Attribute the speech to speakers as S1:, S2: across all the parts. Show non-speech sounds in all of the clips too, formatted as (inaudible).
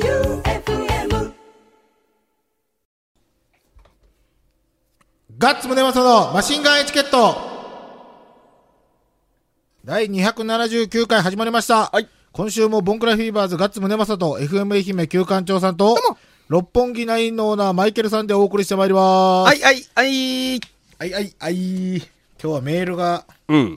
S1: J-O-E-U-F-M
S2: ガッツムネマソのマシンガンエチケット第279回始まりました。
S3: はい
S2: 今週もボンクラフィーバーズガッツムネマソと FM 愛媛旧館長さんと、六本木ナインのオーナーマイケルさんでお送りしてまいります。
S3: はい、はい、はい。
S2: はい、はい、はい。今日はメールが
S3: うん。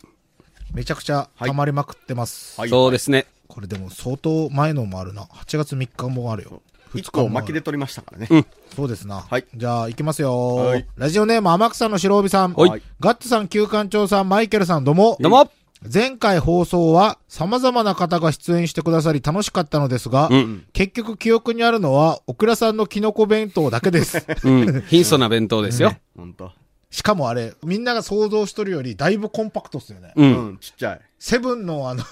S2: めちゃくちゃ溜まりまくってます。
S3: そうですね。
S2: これでも相当前のもあるな。8月3日もあるよ。
S4: 一
S2: もあ
S4: 個
S2: る
S4: 巻きで取りましたからね。
S2: そうですな。
S4: はい
S2: じゃあ、行きますよ、
S4: はい
S2: ラジオネーム、天草の白帯さん。
S3: はい
S2: ガッツさん、旧館長さん、マイケルさん、どうも。
S3: どうも
S2: 前回放送は、様々な方が出演してくださり楽しかったのですが、
S3: うん。
S2: 結局記憶にあるのは、オクラさんのキノコ弁当だけ
S3: (laughs)
S2: です。
S3: うん。貧相な弁当ですよ。
S4: ほんと。
S2: しかもあれ、みんなが想像してるより、だいぶコンパクトっすよね。
S3: う。
S4: うんん、ちっちゃい。
S2: セブンのあ (laughs) の、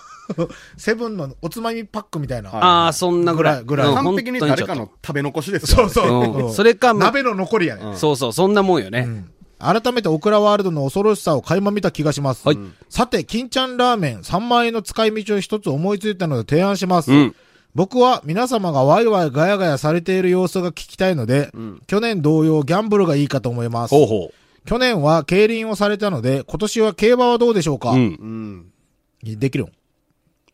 S2: セブンのおつまみパックみたいな。
S4: はい
S3: ああ、そんなぐらい。
S2: ぐらいぐらい
S3: うん
S4: 完璧に誰か。
S3: 本
S4: の食べ残しです
S2: (laughs) そ
S4: よ
S2: うそう、
S3: うんそれかま
S2: 鍋の残りやね。
S3: 当にちょっとそうそう、そんなもんよね。
S2: 改めてオクラワールドの恐ろしさを垣間見た気がします。
S3: はい
S2: さて、金ちゃんラーメン3万円の使い道を一つ思いついたので提案します。
S3: うん
S2: 僕は皆様がワイワイガヤガヤされている様子が聞きたいので、去年同様ギャンブルがいいかと思います。
S3: ほうほ
S2: 去年は競輪をされたので、今年は競馬はどうでしょうか、
S3: う。うん。
S4: うん。
S2: できるん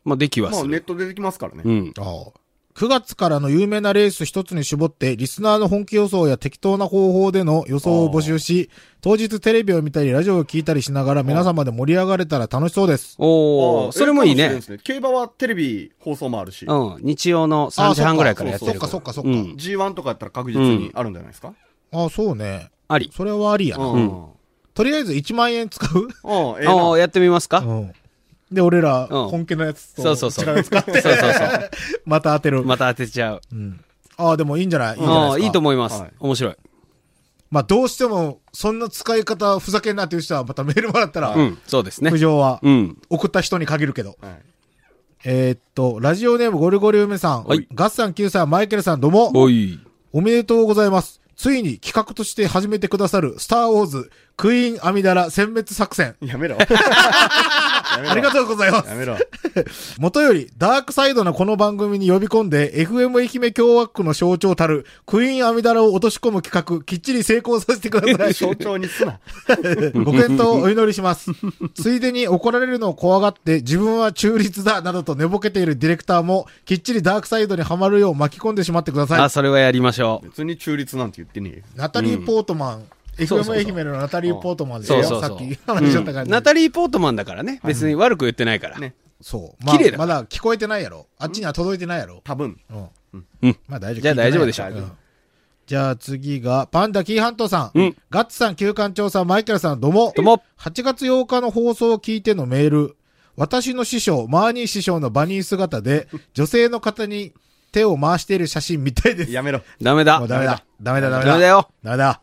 S3: まあ、できは
S4: も
S3: す
S4: うネ
S3: る。
S4: ットでできますから
S3: う
S4: ね。
S3: ん。
S2: ああ9月からの有名なレース一つに絞って、リスナーの本気予想や適当な方法での予想を募集し、当日テレビを見たりラジオを聞いたりしながら皆様で盛り上がれたら楽しそうです。
S3: お
S4: あ
S3: お、
S4: ー
S3: それもいい
S4: ええか
S3: ね
S4: し。れなです競馬はテレビ放送もあるし、
S3: うん。日曜の3時半ぐらいからやってるら。
S2: あそっかそっかそっか
S3: うん
S4: G1 とかやったら確実にあるんじゃないですか
S2: ああ、そうね。
S3: あり。
S2: それはありや
S4: う
S2: な。
S4: ん。うん。
S2: とりあえず1万円使う、
S4: ええな
S3: ああ、やってみますか
S2: うん、で、俺ら、
S3: うん
S2: 本家のやつと
S3: そうそうそう。
S2: 違うやつ買って、
S3: (laughs) そうそうそう。
S2: また当てる。
S3: また当てちゃう。
S2: ああ、でもいいんじゃないいいんじゃない
S3: あ
S2: です
S3: あ、
S2: か。
S3: いいと思います
S4: はい。
S3: 面白い。
S2: まあ、どうしても、そんな使い方ふざけんなっていう人は、またメールもらったら、
S3: うん。そうですね
S2: 苦。情は、
S3: うん。
S2: 送った人に限るけど。
S4: はい
S2: えーっと、ラジオネームゴリゴリ梅さん。
S3: はい
S2: ガッサン9歳、マイケルさん、どうも。
S3: おい。
S2: おめでとうございます。ついに企画として始めてくださる、スター・ウォーズ、クイーン・アミダラ殲滅作戦。
S4: やめろ。 (laughs)
S2: ありがとうございます
S3: (laughs)
S4: や。めろ。
S2: 元より、ダークサイドなこの番組に呼び込んで、FM 愛媛共和国の象徴たる、クイーン・アミダラを落とし込む企画、きっちり成功させてくだ
S3: (laughs)
S2: さい。
S4: 象徴にすな。
S2: ご検討をお祈りします。ついでに怒られるのを怖がって、自分は中立だ、などと寝ぼけているディレクターも、きっちりダークサイドにはまるよう巻き込んでしまってくださ
S3: あ、
S2: い。
S3: それはやりましょう。
S4: 別に中立なんて言ってねえよ
S2: ナタリー・ポートマン、
S3: そう
S2: FM
S3: そうそう
S2: 愛媛のナタリー・ポートマンです
S3: そう
S2: よ、
S3: そう
S2: さ
S3: そ
S2: っ
S3: う
S2: き話しちゃった感
S3: うん
S2: じ。
S3: ナタリー・ポートマンだからね。別に悪く言ってないから。
S4: ね
S2: そう。まあ
S3: 綺麗だ、
S2: まだ聞こえてないやろ。あっちには届いてないやろ。
S4: 多分。
S2: うん。
S3: うん。
S2: まあ大丈夫。
S3: じゃあ大丈夫でしょ
S2: 聞いうてないからうんじゃあ次が、パンダキーハントさん。
S3: うん
S2: ガッツさん、旧館長さん、マイケルさん、どうも。
S3: どうも。
S2: 8月8日の放送を聞いてのメール。私の師匠、マーニー師匠のバニー姿で、女性の方に手を回している写真みたいです。
S4: やめろ。
S3: ダメだ
S2: もう。ダメだ。ダメだ、ダメだ。
S3: ダメだよ。
S2: ダメだ。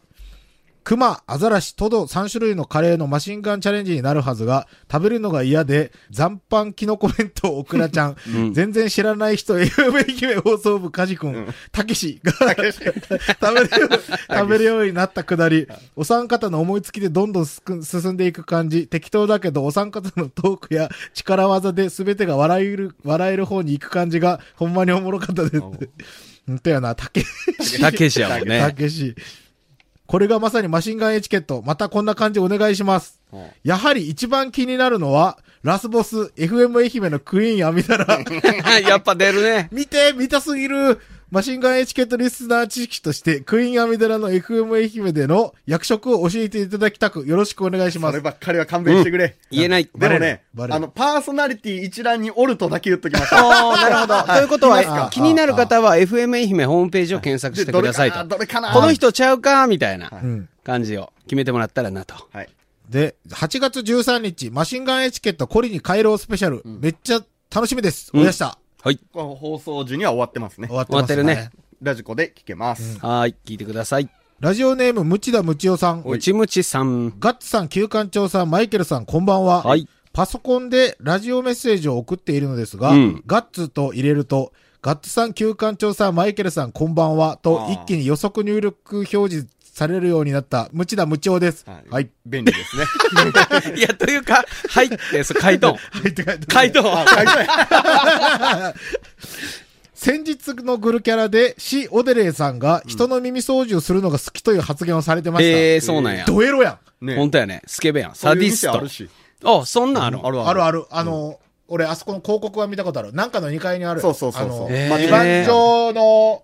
S2: クマ、アザラシ、トド3種類のカレーのマシンガンチャレンジになるはずが、食べるのが嫌で、残飯キノコ弁当、オクラちゃん、全然知らない人、FM 愛媛放送部、カジ君、たけしが、食べるよう、食べるようになったくだり、お三方の思いつきでどんどんすく進んでいく感じ、適当だけど、お三方のトークや力技で全てが笑える、笑える方に行く感じが、ほんまにおもろかったです。ほんとやな、たけし。
S3: たけしやもん
S2: た
S3: ね。
S2: けし。これがまさにマシンガンエチケット。またこんな感じお願いします。
S4: うん
S2: やはり一番気になるのは、ラスボス、FM 愛媛のクイーンアミダラ。
S3: (laughs) やっぱ出るね。
S2: 見て見たすぎるマシンガンエチケットリスナー知識として、クイーンアミダラの FM 愛媛での役職を教えていただきたく、よろしくお願いしま
S4: それ
S2: す。
S4: ばっかりは勘弁してくれ。
S3: 言えない。
S4: でも
S2: バレる
S4: ね、
S2: バレる
S4: あの、パーソナリティ一覧におるとだけ言っときまし
S2: (laughs)
S3: お
S4: た。
S3: ーなるほど。ということ
S2: います
S3: は
S2: か、
S3: 気になる方は FM 愛媛ホームページを検索して
S4: でど
S3: く
S4: れ
S3: だ
S4: か
S3: さい
S4: な
S3: と。
S4: どれかな
S3: この人ちゃうかみたいな
S2: うん
S3: 感じを決めてもらったらなと。
S4: はい。
S2: で、8月13日、マシンガンエチケットコリに帰ろうスペシャル。めっちゃ楽しみです。おやした。
S3: はい。
S4: この放送時には終わってますね
S2: 終。わってます、
S3: 終わってるね。
S4: ラジコで聞けます。
S3: はーい。聞いてください。
S2: ラジオネーム、ムチダムチオさん。
S3: ムチムチさん。
S2: ガッツさん、旧館長さん、マイケルさん、こんばんは。
S3: はい
S2: パソコンでラジオメッセージを送っているのですが、
S3: うん
S2: ガッツと入れると、ガッツさん、旧館長さん、マイケルさん、こんばんは、と
S4: あー
S2: 一気に予測入力表示されるようになった、無知だ無調です。は
S4: はいい。。便利で
S2: (laughs)
S4: すね。
S3: (laughs) いや、というか、 (laughs) はいって、そう、回答。
S2: はいって書いてある
S3: 回答。
S4: あ、書いてない
S2: 先日のグルキャラで、シ・オデレイさんが人の耳掃除をするのが好きという発言をされてました。
S3: ええ、そうなんや。
S2: ドエロや
S4: ね
S3: 本当やね。スケベやん。
S4: そ
S3: サ
S4: うい
S3: デ
S4: う
S3: ィ
S4: 店
S3: ス
S4: あるし
S3: ト。あ、そんなんあるの
S4: ある
S2: ん。あるある。あの、俺、あそこの広告は見たことある。なんかの2階にある。
S4: そうそうそう
S2: あ
S4: そ
S2: の
S4: う。
S3: えー
S4: まあ
S2: 地盤上の、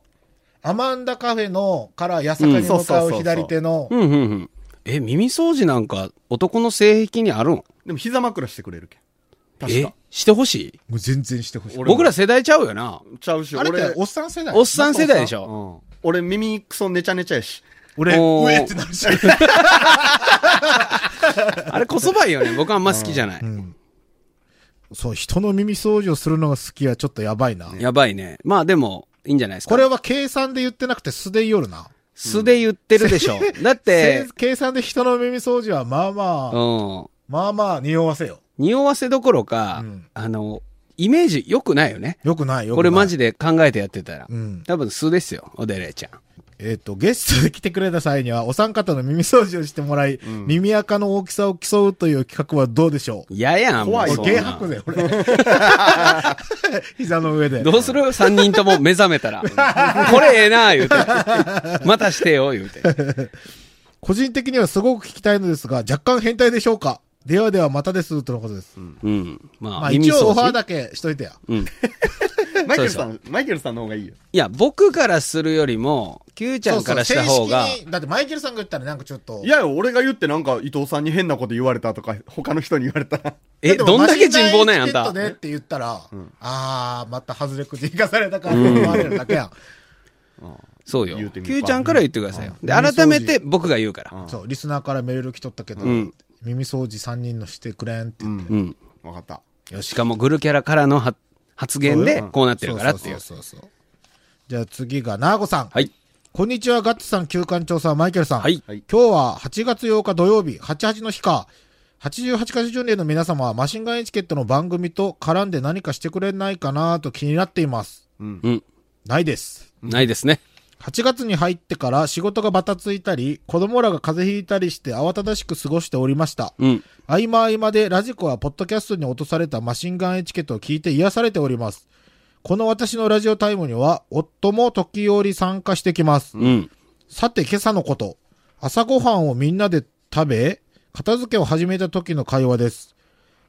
S2: アマンダカフェのから八坂に向かう左手の、
S3: うんうんうん。え、耳掃除なんか男の性癖にあるの
S4: でも膝枕してくれるけん。確
S3: え
S4: か。
S3: してほしい
S2: もう全然してほしい。
S4: 俺も
S3: 僕ら世代ちゃうよな。
S4: ちゃうし、
S2: あれっ
S4: 俺
S2: て、おっさん世代
S3: おっさん世代でし
S4: うん
S3: ょ。
S4: 俺耳クソネチャネチャやし。
S2: 俺、
S3: お
S2: 上
S3: ー
S2: ってなるし。
S3: (laughs) あれこそばいよね。僕あんま好きじゃない。
S2: そう、人の耳掃除をするのが好きはちょっとやばいな。
S3: やばいね。まあでも、いいんじゃないですか。
S2: これは計算で言ってなくて素で言おるな。
S3: 素で言ってるでしょ。だって
S2: せ、計算で人の耳掃除はまあまあ、
S3: うん。
S2: まあまあ匂わせよ。
S3: 匂わせどころか、
S2: うん
S3: あの、イメージ良くないよね。
S2: よくないよくない。
S3: これマジで考えてやってたら。
S2: うん
S3: 多分素ですよ、おでれちゃん。
S2: えっ、と、ゲストで来てくれた際には、お三方の耳掃除をしてもらい、耳垢の大きさを競うという企画はどうでしょう
S3: 嫌やん、
S4: 怖い
S2: 俺、
S3: もうそん
S2: ゲー
S3: な
S2: 吐くぜ、俺。 (laughs) 膝の上で。
S3: どうする三人とも目覚めたら。これええな、
S2: (laughs)
S3: 言うて。またしてよ、言うて。
S2: 個人的にはすごく聞きたいのですが、若干変態でしょうかではではまたです、とのことです。
S3: うん。まあ、
S2: まあ、
S3: 耳
S2: 一応
S3: 掃
S2: オファー
S3: 除。
S2: だけしといてや。
S3: うん。
S4: (laughs) マイケルさん、マイケルさんの方がいいよ。
S3: いや、僕からするよりも、Q ちゃんからした方
S2: そうそう
S3: が、
S2: 正式にだってマイケルさんが言ったらなんかちょっと。
S4: いやよ、俺が言ってなんか伊藤さんに変なこと言われたとか、他の人に言われたら。
S3: え、
S2: でも
S3: どんだけ人望なんや、
S2: マ
S3: あん
S2: シンガンエチケッ
S3: た
S2: ト。ねって言ったら、あー、また外れ口生かされたかって思われ (laughs) るだけやん。
S3: そうよ
S4: 言うて。み
S3: Q
S4: るか
S3: ちゃんから言ってくださいよ。
S2: うん
S3: で、改めて僕が言うから。
S2: そう、リスナーからメール来とったけど、
S3: ん
S2: 耳掃除3人のしてくれんって言って。
S3: うん。
S4: わかった。
S3: よしかもグルキャラからのは発言でこうなってるからっていう。
S2: そうそうそうそうじゃあ次が、ナーゴさん。
S3: はい。
S2: こんにちは、ガッツさん、旧館長さん、マイケルさん。
S3: はい
S4: はい
S2: 今日は8月8日土曜日、88の日か。88カ所巡礼の皆様はマシンガンエチケットの番組と絡んで何かしてくれないかなと気になっています。
S4: うん
S3: うん。
S2: ないです。
S3: ないですね。
S2: 8月に入ってから仕事がバタついたり、子供らが風邪ひいたりして慌ただしく過ごしておりました。
S3: うん。
S2: 合間合間でラジコはポッドキャストに落とされたマシンガンエチケットを聞いて癒されております。この私のラジオタイムには、夫も時折参加してきます。
S3: うん。
S2: さて今朝のこと。朝ごはんをみんなで食べ、片付けを始めた時の会話です。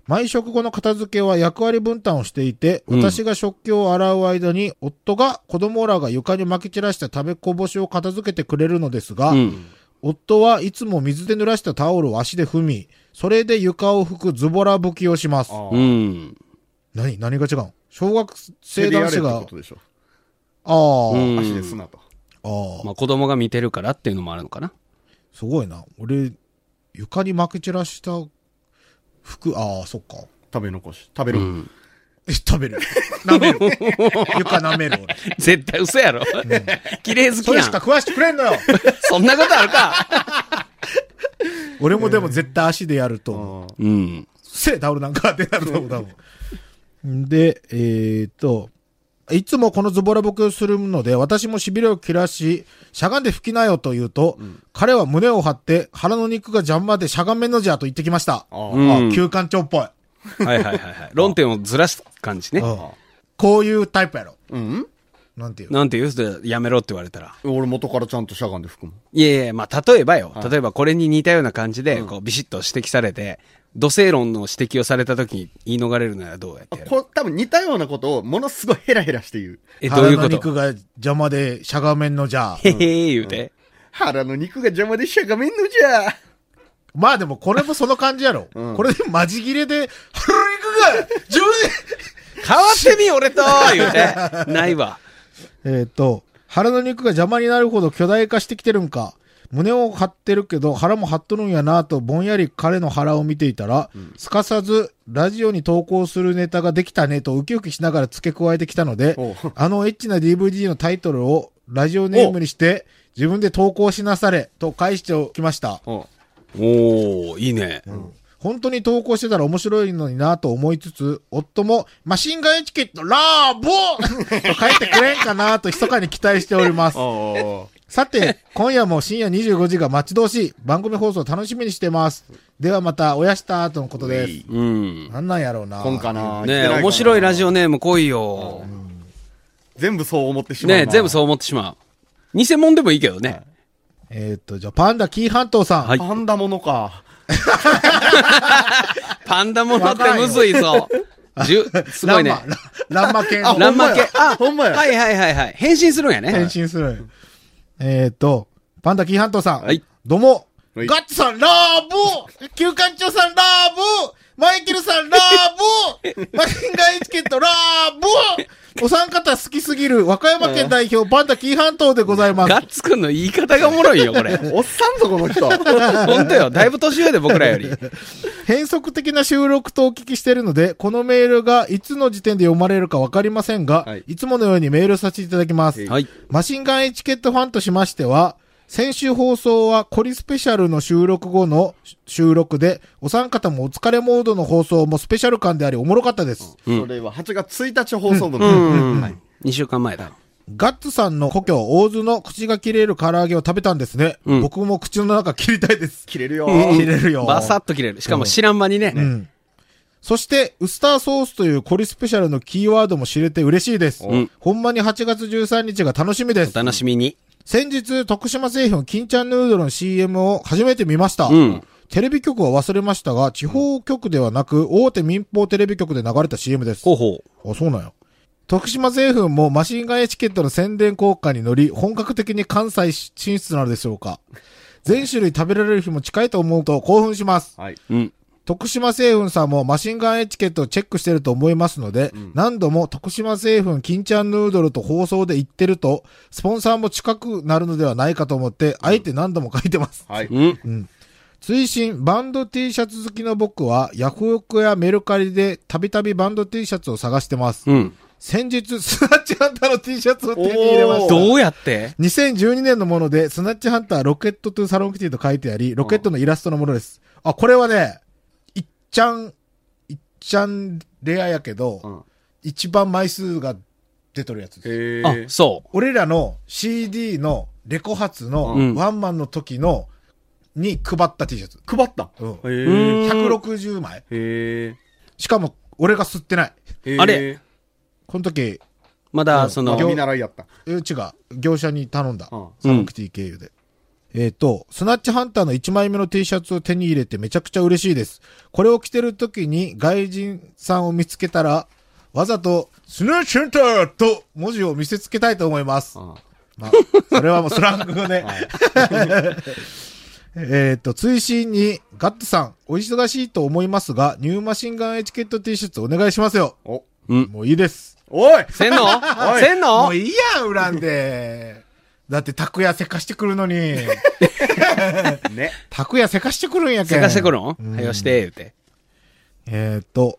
S2: 毎食後の片付けは役割分担をしていて、
S3: うん
S2: 私が食器を洗う間に、夫が子供らが床に撒き散らした食べこぼしを片付けてくれるのですが、
S3: うん。
S2: 夫はいつも水で濡らしたタオルを足で踏み、それで床を拭くズボラ拭きをします。
S4: あ
S3: うん。
S2: 何何が違うん小学
S4: 手
S2: 生
S4: で
S2: 男
S4: やれって
S2: 子が、あ
S4: ことでしょ。
S2: あー、
S3: うん
S4: 足ですなと。
S2: あー
S3: まあ子供が見てるからっていうのもあるのかな。 (laughs)
S2: すごいな。俺、床に巻き散らした服、ああ、そっか。
S4: 食べ残し。食べ
S3: う
S4: る。
S3: ん。
S2: え、食
S4: (laughs)
S2: べる。舐める。床舐める。俺
S3: 絶対嘘やろ。綺麗好
S2: そ
S3: き
S2: れ
S3: や
S2: し
S3: ん
S2: か。食わしてくれん
S4: (laughs)
S2: のよ
S3: そんなことあるか。
S2: 俺もでも絶対足でやると思う。
S4: あ
S3: うん。
S2: せえ、タオルなんかってなると思う、多分。で、えー、っと、いつもこのズボラボケをするので、私も痺れを切らし、しゃがんで吹きなよと言うと、彼は胸を張って、腹の肉が邪魔でしゃがめんのじゃと言ってきました。
S4: あああ
S3: うん
S2: あ、休館長っぽい。
S3: はいはいはいはい。論点をずらす感じね
S2: う。んこういうタイプやろ。
S4: うん
S2: なんていう。
S3: なんて言う人やめろって言われたら。
S4: 俺元からちゃんとしゃがんで拭くもん。
S3: いやいや、まあ例えばよ。例えばこれに似たような感じで、こうビシッと指摘されて、土星論の指摘をされた時に言い逃れるならどうやってやる
S4: これ多分似たようなことをものすごいヘラヘラして言う。
S3: え、どうい
S2: 腹
S3: う
S2: の
S3: こと
S2: 肉が邪魔でしゃがめんのじ
S3: (laughs)
S2: ゃ。
S3: へへー言うて。
S4: 腹の肉が邪魔でしゃがめんのじゃ。
S2: まあでもこれもその感じやろ。
S4: うん
S2: これでマジ切れで、腹の肉が自分で
S3: 変わってみ、俺と言うて。ないわ。
S2: えっ、と、腹の肉が邪魔になるほど巨大化してきてるんか。胸を張ってるけど腹も張っとるんやなとぼんやり彼の腹を見ていたら、すかさずラジオに投稿するネタができたねとウキウキしながら付け加えてきたので
S4: おう、
S2: あのエッチな DVD のタイトルをラジオネームにして自分で投稿しなされと返しておきました。
S4: お
S3: おー、いいね。
S2: 本当に投稿してたら面白いのになと思いつつ、夫も、マシンガンエチケット、ラーボー (laughs) と帰ってくれんかなと密かに期待しております。
S4: あ
S2: さて、 (laughs) 今夜も深夜25時が待ち遠しい番組放送楽しみにしてます。ではまた、おやしたとのことです。
S3: うん。
S2: なんなんやろうな。
S4: こんかな。
S3: ねえ、面
S4: い。
S3: 白いラジオネーム来いよ。
S4: 全部そう思ってしまうな。
S3: ね全部そう思ってしまう。偽物でもいいけどね。
S2: えーっと、じゃあ、パンダキー半島さん。
S3: はい
S4: パンダものか。
S3: パンダものってむずいぞ。じゅ、すごいね。
S2: ランマ。ランマ犬
S4: あほんま
S3: ランマ系。あ、
S4: ほんまや
S3: はいはいはいはい。変身するんや
S2: 変
S3: ね。
S2: 身するんよ。えーっと、パンダキーハントさん。
S3: はい
S2: どうも。
S4: はい
S2: ガッツさん、ラーブ旧館長さん、ラーブマイケルさん、ラー
S3: (laughs)
S2: ブマシンガンエチケット、ラーブお三方好きすぎる、和歌山県
S3: (laughs)
S2: 代表、パンダキーハントでございます。
S3: ガッツくんの言い方がおもろいよ、これ。
S4: おっさんぞ、この人。
S3: (laughs) 本当よ。だいぶ年上で僕らより。
S2: 変則的な収録とお聞きしているので、このメールがいつの時点で読まれるかわかりませんが、
S4: はい
S2: い、つものようにメールさせていただきます。
S3: はい。
S2: マシンガンエチケットファンとしましては、先週放送はコリスペシャルの収録後の収録で、お三方もお疲れモードの放送もスペシャル感でありおもろかったです。
S4: それは8月1日放送分。
S3: うん。2週間前だ。
S2: ガッツさんの故郷、大津の口が切れる唐揚げを食べたんですね。
S3: うん
S2: 僕も口の中切りたいです。
S4: 切れるよ。
S2: 切れるよ。
S3: バサッと切れる。しかも知らん間にね。
S2: うん。そして、ウスターソースというコリスペシャルのキーワードも知れて嬉しいです。
S3: うん
S2: ほんまに8月13日が楽しみで
S3: お
S2: す。
S3: 楽しみに。
S2: 先日、徳島製品金ちゃんヌードルの CM を初めて見ました。
S3: うん
S2: テレビ局は忘れましたが、地方局ではなく、大手民放テレビ局で流れた CM です。
S3: ほうほ
S2: あ、そうなんや。徳島製粉もマシンガンエチケットの宣伝効果に乗り、本格的に関西進出なのでしょうか。全種類食べられる日も近いと思うと興奮します。
S4: はい。
S3: う。うん。
S2: 徳島製粉さんもマシンガンエチケットをチェックしてると思いますので、何度も徳島製粉金ちゃんヌードルと放送で言ってると、スポンサーも近くなるのではないかと思って、あえて何度も書いてます。 (laughs)
S4: はい。
S3: うん。
S2: 追伸バンド T シャツ好きの僕は、ヤフオクやメルカリでたびたびバンド T シャツを探してます。
S3: うん。
S2: 先日、スナッチハンターの T シャツを手に入れまし
S4: お
S2: た
S4: ー。
S3: どうやって
S2: 2012年のもので、スナッチハンターロケットトゥサロンキティと書いてあり、ロケットのイラストのものです。あ、これはね、いっちゃん、いっちゃんレアやけど、
S4: うん
S2: 一番枚数が出とるやつです。
S4: へ
S3: あ
S4: え、。
S3: そ
S2: 俺らの CD のレコ発の
S3: うん
S2: ワンマンの時の、に配った T シャツ。
S4: 配った。
S2: うん
S4: へえ。
S2: 160枚。
S4: へ
S2: しかも、俺が吸ってない。
S4: え。
S3: あれ
S2: この時、
S3: う。まだ、そ
S4: の。
S3: の、
S4: 見習いやった。
S2: うちが業者に頼んだ。
S4: うん
S2: サンクティ経由で。えっ、と、スナッチハンターの1枚目の T シャツを手に入れてめちゃくちゃ嬉しいです。これを着てる時に外人さんを見つけたら、わざと、スナッチハンターと文字を見せつけたいと思います。
S4: うん
S2: まあ、それはもうスラング語
S4: (laughs)
S2: で。 (laughs) えっと、追伸に、ガッツさん、お忙しいと思いますが、ニューマシンガンエチケット T シャツお願いしますよ。
S4: お、
S3: うん。
S2: もういいです。
S4: おい
S3: せんの
S4: おい
S3: せん
S2: も
S3: の
S2: ういいやん、恨んで。だって、拓也せかしてくるのに。
S3: (laughs)
S4: ね。
S2: 拓也せかしてくるんやけん。
S3: せかしてくるんはよして、言うて。
S2: えーっと、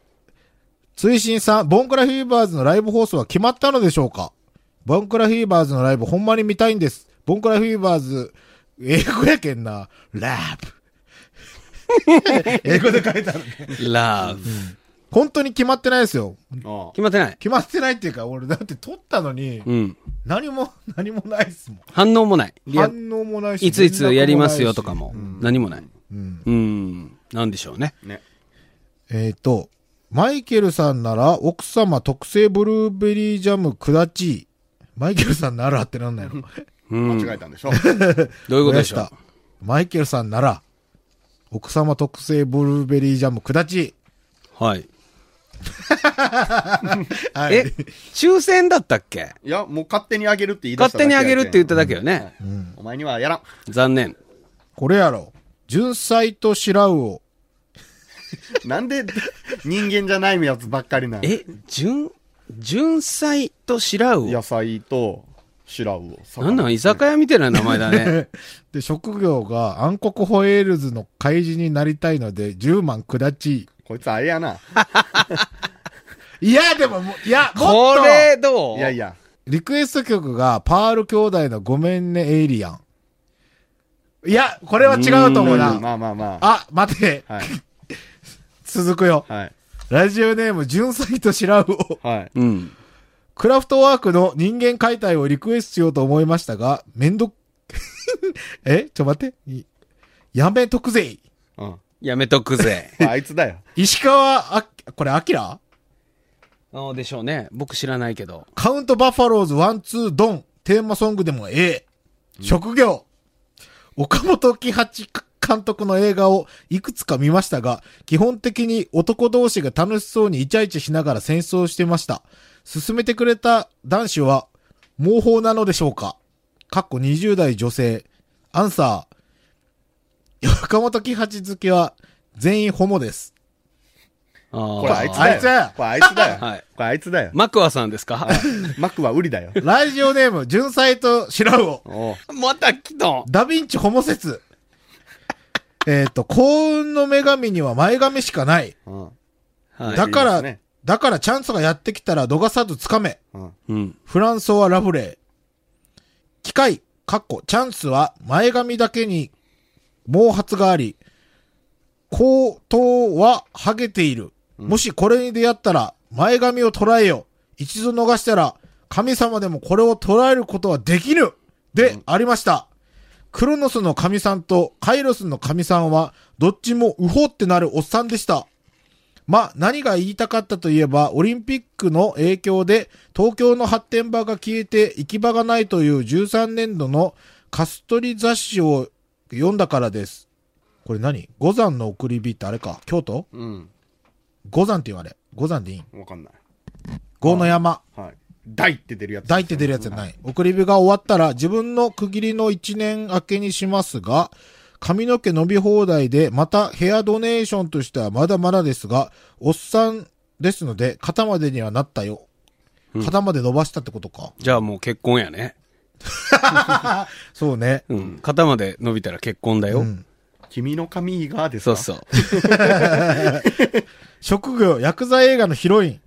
S2: 追伸さん、ボンクラフィーバーズのライブ放送は決まったのでしょうかボンクラフィーバーズのライブほんまに見たいんです。ボンクラフィーバーズ、英語やけんな。ラープ。英語で書いてあるね。
S3: ラブ。
S2: 本当に決まってないですよ。
S4: あ
S3: 決まってない。
S2: 決まってないっていうか、俺だって撮ったのに、
S3: うん。
S2: 何も、何もないっすもん。
S3: 反応もない。リア
S2: 反応もないし。
S3: いついつやりますよとか
S2: 連絡
S3: も、何もない。うん。なんでしょうね。
S4: あ。ね。
S2: ないし。えーっと、マイケルさんなら、奥様特製ブルーベリージャムくだち。マイケルさんならってなんない
S3: (laughs)
S2: の
S3: うん。
S4: 間違えたんでしょ。
S3: どういうことでしょ
S2: 燃や
S3: う
S2: たマイケルさんなら、奥様特製ブルーベリージャムくだち。
S3: はい。 (laughs)
S2: は
S3: え、抽選だったっけ
S4: いや、もう勝手にあげるって言い出した
S3: 勝手にあげるって言っただけよ
S4: は
S3: ね
S4: い。お前にはやらん。
S3: 残念。
S2: これやろ。純菜と白魚。
S4: なんで人間じゃないやつばっかりなん
S3: え、純、純菜と白魚
S4: 野。菜と白魚。魚
S3: なんなん居酒屋みたいな名前だね。
S2: で、職業が暗黒ホエールズの怪人になりたいので、10万くだち。
S4: こいつあれやな。
S2: いや、でももう、いや、も
S3: (laughs) こ
S2: っと
S3: れどう
S4: いやいや。
S2: リクエスト曲が、パール兄弟のごめんね、エイリアン。いや、これは違うと思う
S4: うん
S2: な。
S4: まあまあまあ。
S2: あ、待て、
S4: はい。
S2: 続くよ。
S4: はい。
S2: ラジオネーム、純菜と白魚。
S4: はい。
S3: うん。
S2: クラフトワークの人間解体をリクエストしようと思いましたが、めんど、 (laughs) えちょ待って。いやめとくぜ。
S4: うん。 (laughs)
S3: やめとくぜ。
S4: あいつだよ。
S2: 石川あ、これ、アキラ
S3: あでしょうね。僕知らないけど。
S2: カウントバッファローズワンツードン、テーマソングでもええ。職業。岡本喜八監督の映画をいくつか見ましたが、基本的に男同士が楽しそうにイチャイチャしながら戦争をしてました。進めてくれた男子は、毛包なのでしょうかかっこ20代女性。アンサー。 (laughs) 岡本喜八好きは全員ホモです。
S3: (laughs) あー
S4: これあいつだよ。
S2: あいつだよ
S4: これあいつだよ。
S3: はい
S4: これあいつだよ。
S3: マクワさんですか、
S4: マックは売りだ
S3: (laughs)
S4: よ。
S2: ラジオネーム、純才と白魚。
S4: おう
S3: また来た
S2: ダヴィンチホモ説。えっと、幸運の女神には前髪しかない。
S4: うん
S3: はい
S2: だか
S4: い
S2: ら、
S4: いですね
S2: だからチャンスがやってきたら逃さずつかめ。
S4: うん
S3: うん。
S2: フランソワ・ラフレー。機械、かっこ、チャンスは前髪だけに毛髪があり、後頭はハゲている。もしこれに出会ったら前髪を捉えよ。一度逃したら神様でもこれを捉えることはできぬで、ありました。クロノスの神さんとカイロスの神さんはどっちもウホってなるおっさんでした。まあ、何が言いたかったといえば、オリンピックの影響で、東京の発展場が消えて行き場がないという13年度のカストリ雑誌を読んだからです。これ何五山の送り火ってあれか京都
S4: うん。
S2: 五山って言われ。五山でいいん。
S4: わかんない。
S2: 五の山。
S4: はい。大って出るやつ。
S2: 大って出るやつじゃない。送り火が終わったら自分の区切りの1年明けにしますが、髪の毛伸び放題で、またヘアドネーションとしてはまだまだですが、おっさんですので、肩までにはなったよ。肩まで伸ばしたってことか。
S3: じゃあもう結婚やね。
S2: そうね。
S3: うん。肩まで伸びたら結婚だよ。
S2: うん
S4: 君の髪がです
S3: そ
S4: か
S3: うそう。
S2: 職業、薬剤映画のヒロイン。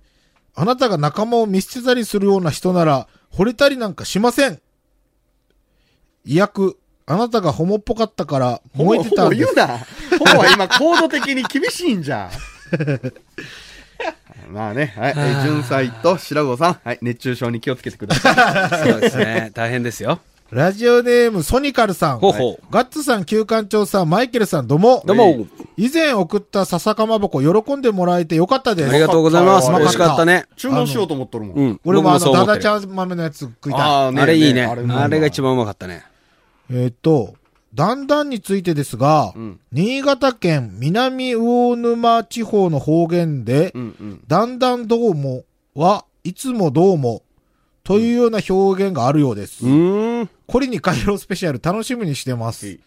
S2: あなたが仲間を見捨てたりするような人なら、惚れたりなんかしません。医薬、あなたがホモっぽかったから、
S4: ほぼ
S2: 燃えてたんで
S4: ほぼ言う
S2: す。
S4: な。ほぼは今、高度的に厳しいんじゃ (laughs) ん。まあね、はい、えー純菜と白魚さん、はい、熱中症に気をつけてください。
S3: そうです
S4: (laughs)
S3: ね。大変ですよ。
S2: ラジオネーム、ソニカルさん。
S3: ほうほう。
S2: ガッツさん、旧館長さん、マイケルさん、どうも。
S3: どうも。
S2: 以前送った笹かまぼこ、喜んでもらえてよかったです。
S3: ありがとうございます。
S4: う
S3: 美
S4: まか
S3: 味
S4: った
S3: しかった (laughs) ね。
S4: 注文しようと思っとるもん。
S3: うん。
S2: 俺もあの、
S3: 僕
S2: ダ
S3: 思って
S2: ダ
S3: る
S2: ちゃん豆のやつ食いたい。
S4: あーね
S3: あれいいね。
S4: ねあれうまいわ
S3: あれが一番うまかったね。
S2: えーっと、だんだんについてですが、
S4: ん
S2: 新潟県南魚沼地方の方言で、
S4: うんうん。
S2: だんだんどうもはいつもどうもというような表現があるようです。
S3: うーん。
S2: これに回路スペシャル楽しみにしてます。
S4: はい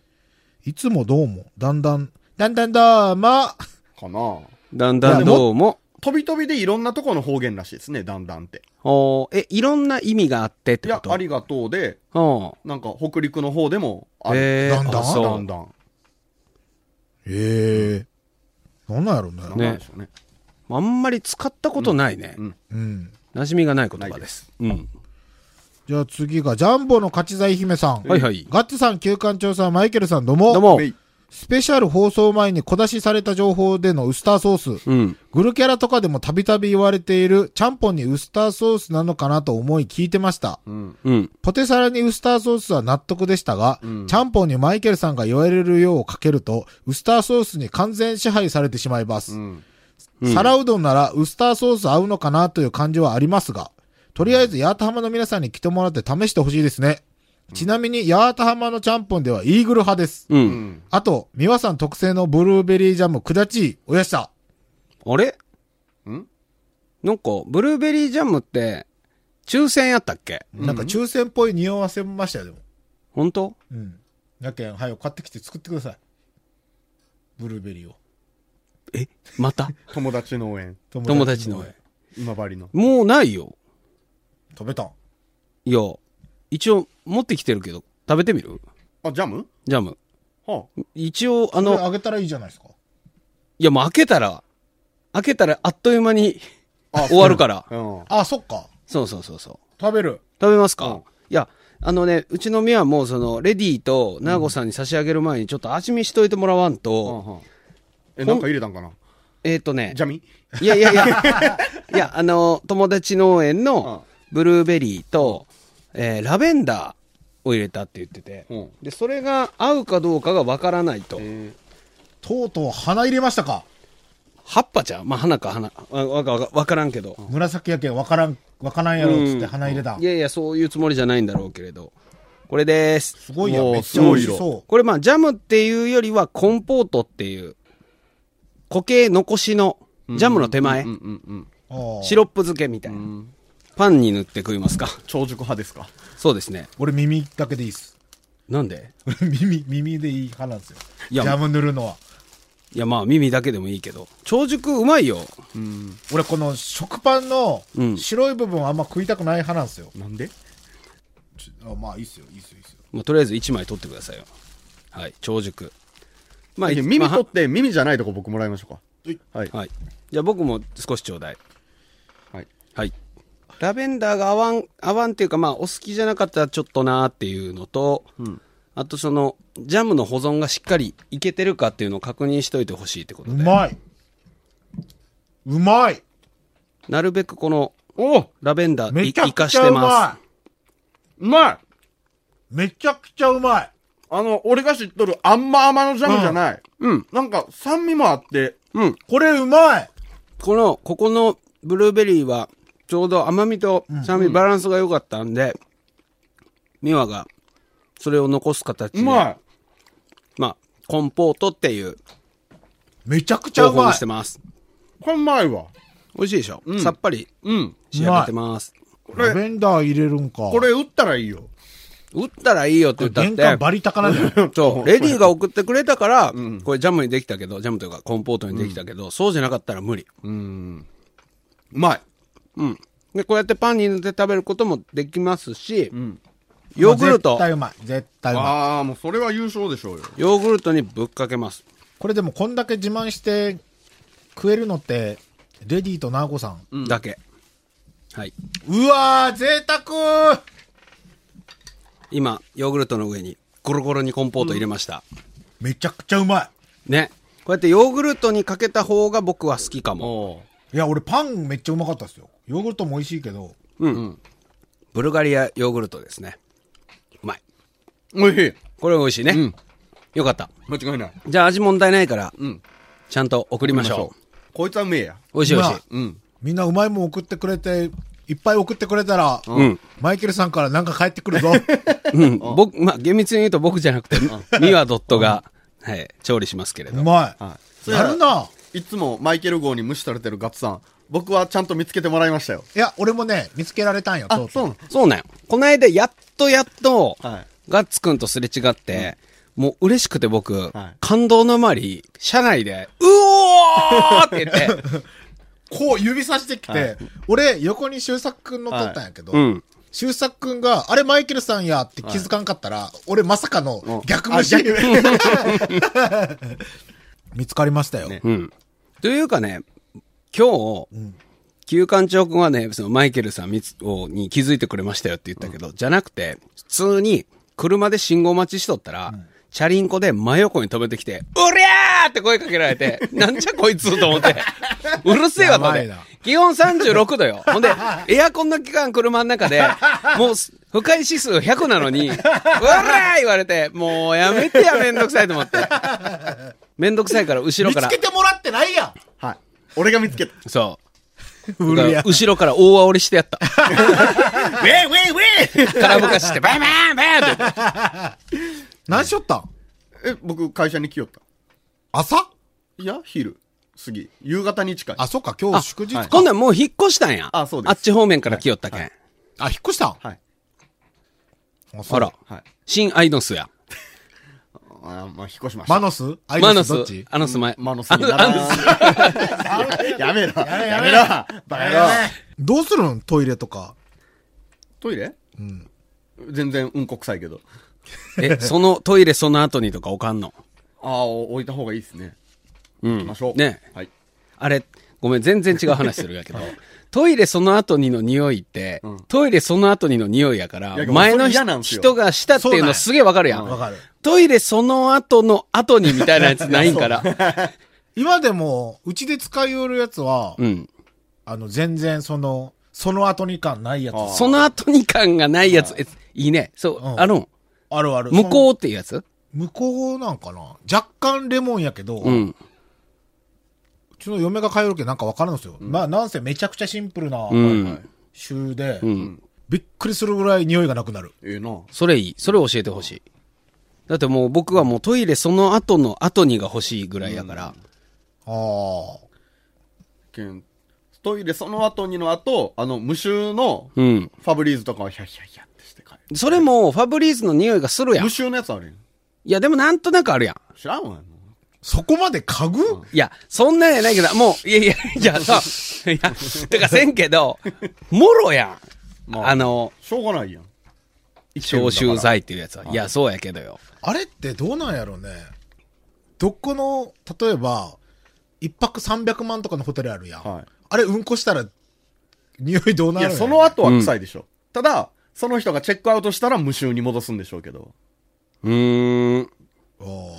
S2: いつもどうも、だんだん、だんだんだーま、
S4: かな
S3: だんだんどうも。
S4: 飛び飛びでいろんなとこの方言らしいですね、だんだんって。
S3: おーえ、いろんな意味があってって
S4: い
S3: こ
S4: や、
S3: と
S4: ありがとうで、
S3: お
S4: なんか北陸の方でもあ
S3: ー
S4: る。
S3: えー、
S2: だんだん
S3: あ
S4: だ
S3: そ
S4: ん
S3: う。
S4: だん。
S2: ええー、なんなんやろ
S4: な
S2: ね。
S4: んなんでしょうね。
S3: あんまり使ったことないね。
S4: うん
S2: うん。
S3: 馴染みがない言葉です。うん。
S2: じゃあ次が、ジャンボの勝ち財姫さん。
S3: はいはい
S2: ガッツさん、旧館長さん、マイケルさん、どうも。
S3: どうも。
S2: スペシャル放送前に小出しされた情報でのウスターソース。
S3: うん。
S2: グルキャラとかでもたびたび言われている、ちゃんぽんにウスターソースなのかなと思い聞いてました。
S4: うん。
S3: うん。
S2: ポテサラにウスターソースは納得でしたが、
S4: うん
S2: ちゃんぽんにマイケルさんが言われるようかけると、ウスターソースに完全支配されてしまいます。
S4: うん。
S3: うん
S2: 皿うどんならウスターソース合うのかなという感じはありますが、とりあえず八幡浜の皆さんに来てもらって試してほしいですね。ちなみに八幡浜のちゃんぽんではイーグル派です。
S3: う。
S4: うんん。
S2: あと、美和さん特製のブルーベリージャム、くだちい、おやした。
S3: あれ
S4: うん
S3: なんか、ブルーベリージャムって、抽選やったっけ
S2: なんか抽選っぽい匂わせましたよ、でも。
S3: 本当
S2: うん。やけん、はい、買ってきて作ってください。ブルーベリーを。
S3: えまた
S4: 友達の応援。
S3: 友達の。
S4: 今治の。
S3: もうないよ。
S2: 食べたん。
S3: いや、一応持ってきてるけど、食べてみる
S4: あ、ジャム
S3: ジャム。
S4: はあ。
S3: 一応、あ
S2: あの、
S3: の、
S2: あげたらいいじゃないですか。
S3: いやもう開けたら、開けたらあっという間に
S4: あ
S3: 終わるから。
S4: うん。
S2: あ、そっか。
S3: そうそうそうそう。
S2: 食べる。
S3: 食べますか、
S4: うん
S3: いや、あのね、うちの宮はもうその、レディーと、ナーゴさんに差し上げる前に、ちょっと味見しといてもらわんと、
S4: え、なんか入れたんかな
S3: えっ、とね
S4: ジ、ャミ
S3: いやいやいや、
S4: (laughs)
S3: いや、あの、友達農園の、ブルーベリーと、えーラベンダーを入れたって言ってて、
S4: うん
S3: で、それが合うかどうかがわからないと。
S4: え
S2: とうとう鼻入れましたか。
S3: 葉っぱちゃうまあ、花か花。わわわわからんけど。
S2: 紫やけんわからん、わからんやろっつって鼻入れた。
S3: いやいや、そういうつもりじゃないんだろうけれど。これです。
S2: すごいやん。
S4: もう
S2: めっちゃ美味し
S4: すご
S2: そ
S3: これまあ、ジャムっていうよりは、コンポートっていう、固形残しの、ジャムの手前、
S4: うんうんうん。
S2: う。ああ
S3: シロップ漬けみたいな。
S4: ん
S3: パンに塗って食いますか。
S4: 長熟派ですか
S3: そうですね。
S2: 俺耳だけでいいっす。 (laughs)
S3: なんで
S2: 俺耳、耳でいい派なんですよ。
S3: い
S2: ジ
S3: や
S2: ャム塗るのは。
S3: いや、まあ、耳だけでもいいけど。長熟うまいよ。
S4: うん。
S2: 俺この食パンの
S3: うん
S2: 白い部分あんま食いたくない派なんですよ。
S4: なんで
S2: ちあまあいいっすよ、いいっすよ、いいっすよ。
S3: まあ、とりあえず1枚取ってくださいよ。はい、長熟。まあ、
S4: いや
S3: い
S4: 耳
S3: まあ
S4: 取って耳じゃないとこ僕もらいましょうか。はい。
S3: はい。じゃあ僕も少しちょうだい。
S4: はい。
S3: はい。ラベンダーが合わん、合わんっていうか、まあ、お好きじゃなかったらちょっとなーっていうのと、あとその、ジャムの保存がしっかりいけてるかっていうのを確認しといてほしいってこと
S2: う
S3: で。
S2: まい。うまい。
S3: なるべくこの、
S4: おう
S3: ラベンダー
S2: め
S3: い
S2: ちゃ
S3: 生か
S2: くち
S3: し
S2: ゃ
S3: て
S2: うま
S3: ま
S2: い。
S4: まい
S2: めちゃくちゃうまい。
S4: あの、俺が知っとるあんま甘のジャムじゃない。うん。なんか酸味もあって、
S3: す。うん。
S2: これうまい。
S3: この、ここのブルーベリーは、ちょうど甘みと酸味バランスが良かったんで、ミワが、それを残す形で、
S4: うまい。
S3: まあ、コンポートっていう
S2: めちゃくちゃ
S3: 方
S2: う
S3: 法
S2: ま
S3: に
S2: い
S3: して。ます。
S4: これうまいわ。
S3: 美味しいでしょ、さっぱり
S4: うん。
S3: 仕上げてます。
S2: ラベンダー入れるんか。
S4: これ打ったらいいよ。
S3: 打ったらいいよって言った
S2: 玄関
S3: って。
S2: バリ高なんじゃない
S3: そう、レディーが送ってくれたから、これジャムにできたけど、ジャムというかコンポートにできたけど、そうじゃなかったら無理。
S4: うまい。
S3: うん。で、こうやってパンに塗って食べることもできますし、 (laughs) ヨーグルト
S2: 絶、対うまい。絶対うまい。
S4: ああ、もうそれは優勝でしょうよ。
S3: ヨーグルトにぶっかけます。
S2: これでもこんだけ自慢して食えるのって、レディーとナーゴさん。
S3: だけ。はい。
S2: うわー、贅沢ー
S3: 今、ヨーグルトの上にゴロゴロにコンポート入れました。
S2: めちゃくちゃうま
S3: ね。こうやってヨーグルトにかけた方が僕は好きかも。
S4: お
S2: い。いや、俺パンめっちゃうまかったですよ。ヨーグルトも美味しいけど、
S3: ブルガリアヨーグルトですね。うまい。
S4: おいしい。
S3: これ美味しいね。
S4: ん
S3: よかった。
S4: 間違いない。
S3: じゃあ味問題ないから、
S4: ん
S3: ちゃんと送りましょう。
S4: う。こいつはうめえや。
S3: 美味しい美味しい。
S4: うん。
S2: みんなうまいもん送ってくれて、いっぱい送ってくれたら、
S3: ん
S2: マイケルさんからなんか返ってく
S3: (laughs)
S2: るぞ。
S3: うん。僕、まあ、厳密に言うと僕じゃなくて、ミワドットが、はい、調理しますけれ
S2: う
S3: ど。
S2: ま
S4: はい。
S2: い。やるな。
S4: いつもマイケル号に無視されてるガッツさん。僕はちゃんと見つけてもらいましたよ。
S2: いや、俺もね、見つけられたんよ、とうとう。
S4: な
S3: そうなんよ。この間、やっとやっと、
S4: はい
S3: ガッツくんとすれ違って、もう嬉しくて僕、
S4: い
S3: 感動のあまり、車内で、うおーって言って、
S2: こう指さしてきて、
S4: はい
S2: 俺、横に修作くんの撮ったんやけど、
S3: うん。
S2: 周作くんが、あれマイケルさんやって気づかんかったら、俺まさかの逆無視
S4: あ。
S2: (laughs) 見つかりましたよ。
S4: ね
S3: うん。というかね、今日、旧館長くんはね、そのマイケルさんみつをに気づいてくれましたよって言ったけど、じゃなくて、普通に車で信号待ちしとったら、チャリンコで真横に止めてきて、うりゃーって声かけら
S2: (laughs)
S3: れて、なんじゃこいつと思って、うるせえわと思っ
S2: やばい
S3: て
S2: な。
S3: 気温36度よ。ほんで、エアコンの期間車の中で、もうす、不快指数100なのに、うらー言われて、もうやめてや、めんどくさいと思って。めんどくさいから、後ろ
S2: 見
S3: か
S2: つ
S3: ら。
S2: けてもらってないやん
S4: はい。俺が見つけた。
S3: そう。
S2: うるや
S3: だから後ろから大煽りして
S4: (laughs)
S3: やった。
S4: ウェイウェイウェイ
S3: 空ぶかしして、バンバンバンって。
S2: 何しよったん
S4: え、僕会社に来よった。
S2: 朝
S4: いや、昼過ぎ。夕方に近い。
S2: あ、そうか、今日祝日か。
S4: はい
S3: 今度はもう引っ越したんや。
S4: あそうです
S3: っち方面から来よったけん。
S2: あ、引っ越したん
S4: はい。
S2: あそう
S3: あら、
S4: はい。
S3: 新アイノスや。
S4: あーまあ、引っ越しました。
S2: マノスアイ
S3: マノ
S2: ノ
S3: ス
S2: スどっち、
S3: アノス前。
S4: マノスにならん (laughs) やめろ。やめろ。バカ野郎。
S2: どうするんトイレとか。
S4: トイレうん。全然うんこ臭いけど。
S3: え、そのトイレその後にとかおかんの。
S4: ああ、お置いた方がいいですね。
S3: う
S4: 行きましょう。
S3: ね
S4: はい。
S3: あれ、ごめん、全然違う話するやけど、 (laughs) トイレその後にの匂いって、トイレその後にの匂いやから、
S4: いや
S3: 前の
S4: それ嫌なんすよ
S3: 人がしたって
S2: そ
S3: いう
S2: うなん
S3: の
S2: や
S3: すげえわかるやん。
S2: わかる
S3: トイレその後の後にみたいなやつないん
S4: (laughs)
S3: から。
S2: 今でも、うちで使いよるやつは、
S3: うん。
S2: あの、全然その、その後に感ないやつ。
S4: あ
S2: あ
S3: その後に感がないやつ、え、いいね。そう、
S2: ん
S3: あの、
S2: るある。
S3: 向こ
S2: う
S3: うっていうやつ
S2: 向こうなんかな若干レモンやけど、
S3: うん。
S2: ちの嫁が通るけなんかわかるんですよ。まあ、なんせめちゃくちゃシンプルな
S3: うん。
S2: 臭で、
S3: うん。
S2: びっくりするぐらい匂いがなくなる。
S4: ええな。
S3: それいい。それ教えてほしい。だってもう僕はもうトイレその後の後にが欲しいぐらいやから。
S2: ああ。
S4: けんトイレその後にの後、あの、無臭の
S3: うん。
S4: ファブリーズとかをヒャヒャヒャってして帰る。
S3: それもファブリーズの匂いがするやん。
S4: 無
S3: い
S4: 臭のやつあるやん。
S3: や、でもなんとなくあるやん。
S4: 知らんわ。
S2: そこまで嗅ぐ、
S3: いや、そんなんやないけど、もう、いやいや、いや、そう。いや、てかせんけど、もろやん。
S4: まあ
S3: あの、
S4: しょうがないやん。
S3: 消臭剤っていうやつは。いや、そうやけどよ。
S2: あれってどうなんやろうね。どこの、例えば、一泊300万とかのホテルあるやん。
S4: はい
S2: あれ、うんこしたら、匂いどうないる
S4: や、
S2: んやろ
S4: その後は臭いでしょ。ただ、その人がチェックアウトしたら無臭に戻すんでしょうけど。
S3: うーん。
S2: お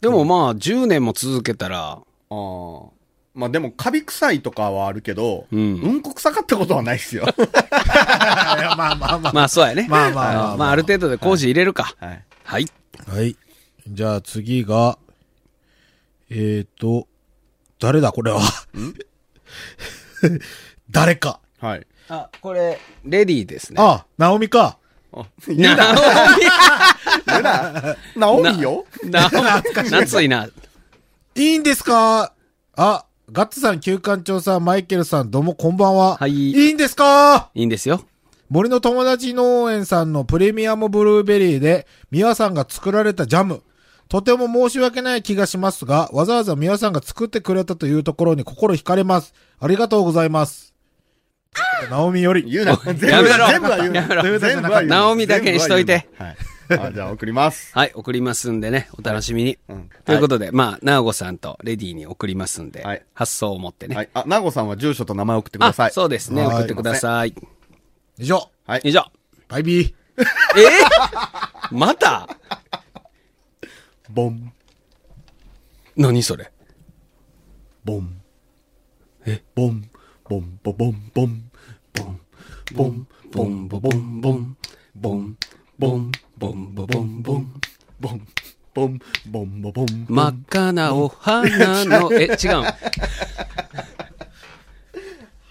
S3: でもまあ、10年も続けたら、
S4: ああ。まあでも、カビ臭いとかはあるけど、
S3: う
S4: うんん、こ臭かったことはないっす
S3: (laughs)
S4: よ。
S2: ーいやまあまあまあ。
S3: まあそうやね。
S2: まあまあまあまあ
S3: まあある程度で工事入れるか。
S4: はい。
S3: はい。
S2: はい。じゃあ次が、えーと、誰だこれは。 (laughs) 誰か。
S4: はい。
S3: あ、これ、レディーですね。
S2: あ、ナオミか。
S4: あ、
S3: な、
S4: なおみよ
S3: な、夏いな。
S2: いいんですかあ、ガッツさん、旧館長さん、マイケルさん、どうもこんばんは。
S3: はい
S2: いいんですか
S3: いいんですよ。
S2: 森の友達農園さんのプレミアムブルーベリーで、ミワさんが作られたジャム。とても申し訳ない気がしますが、わざわざミワさんが作ってくれたというところに心惹かれます。ありがとうございます。ナオミより。
S4: 言うな。全部、
S3: やめろ
S4: 全部は言うな。
S3: やめろ
S4: 全部は言う
S3: (laughs)
S4: な
S3: なおみだけにしといて。
S4: 全部は言うなはい。あじゃあ送ります。
S3: はい、送りますんでね、お楽しみに。
S4: うん
S3: ということで、まあ、なおごさんとレディーに送りますんで、
S4: はい
S3: 発想を持ってね。
S4: はい。あ、なごさんは住所と名前送ってくださ
S3: あ、
S4: い。
S3: そうですね、
S2: はい
S3: 送ってください。
S2: 以上。
S4: はい。
S3: 以上。
S2: バイビー。
S3: えーまた
S4: ボン、
S3: 何それ
S4: ボン。えボン、ボン、ボボン、ボン、ボン、ボン、ボン、ボボン、ボン、ボン、ボン、ボン、ボボン、ボン、ボン、ボン、ボン、ボボン。
S3: 真っ赤なお花の、え、違う。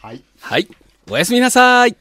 S4: はい。
S3: はい。おやすみなさい。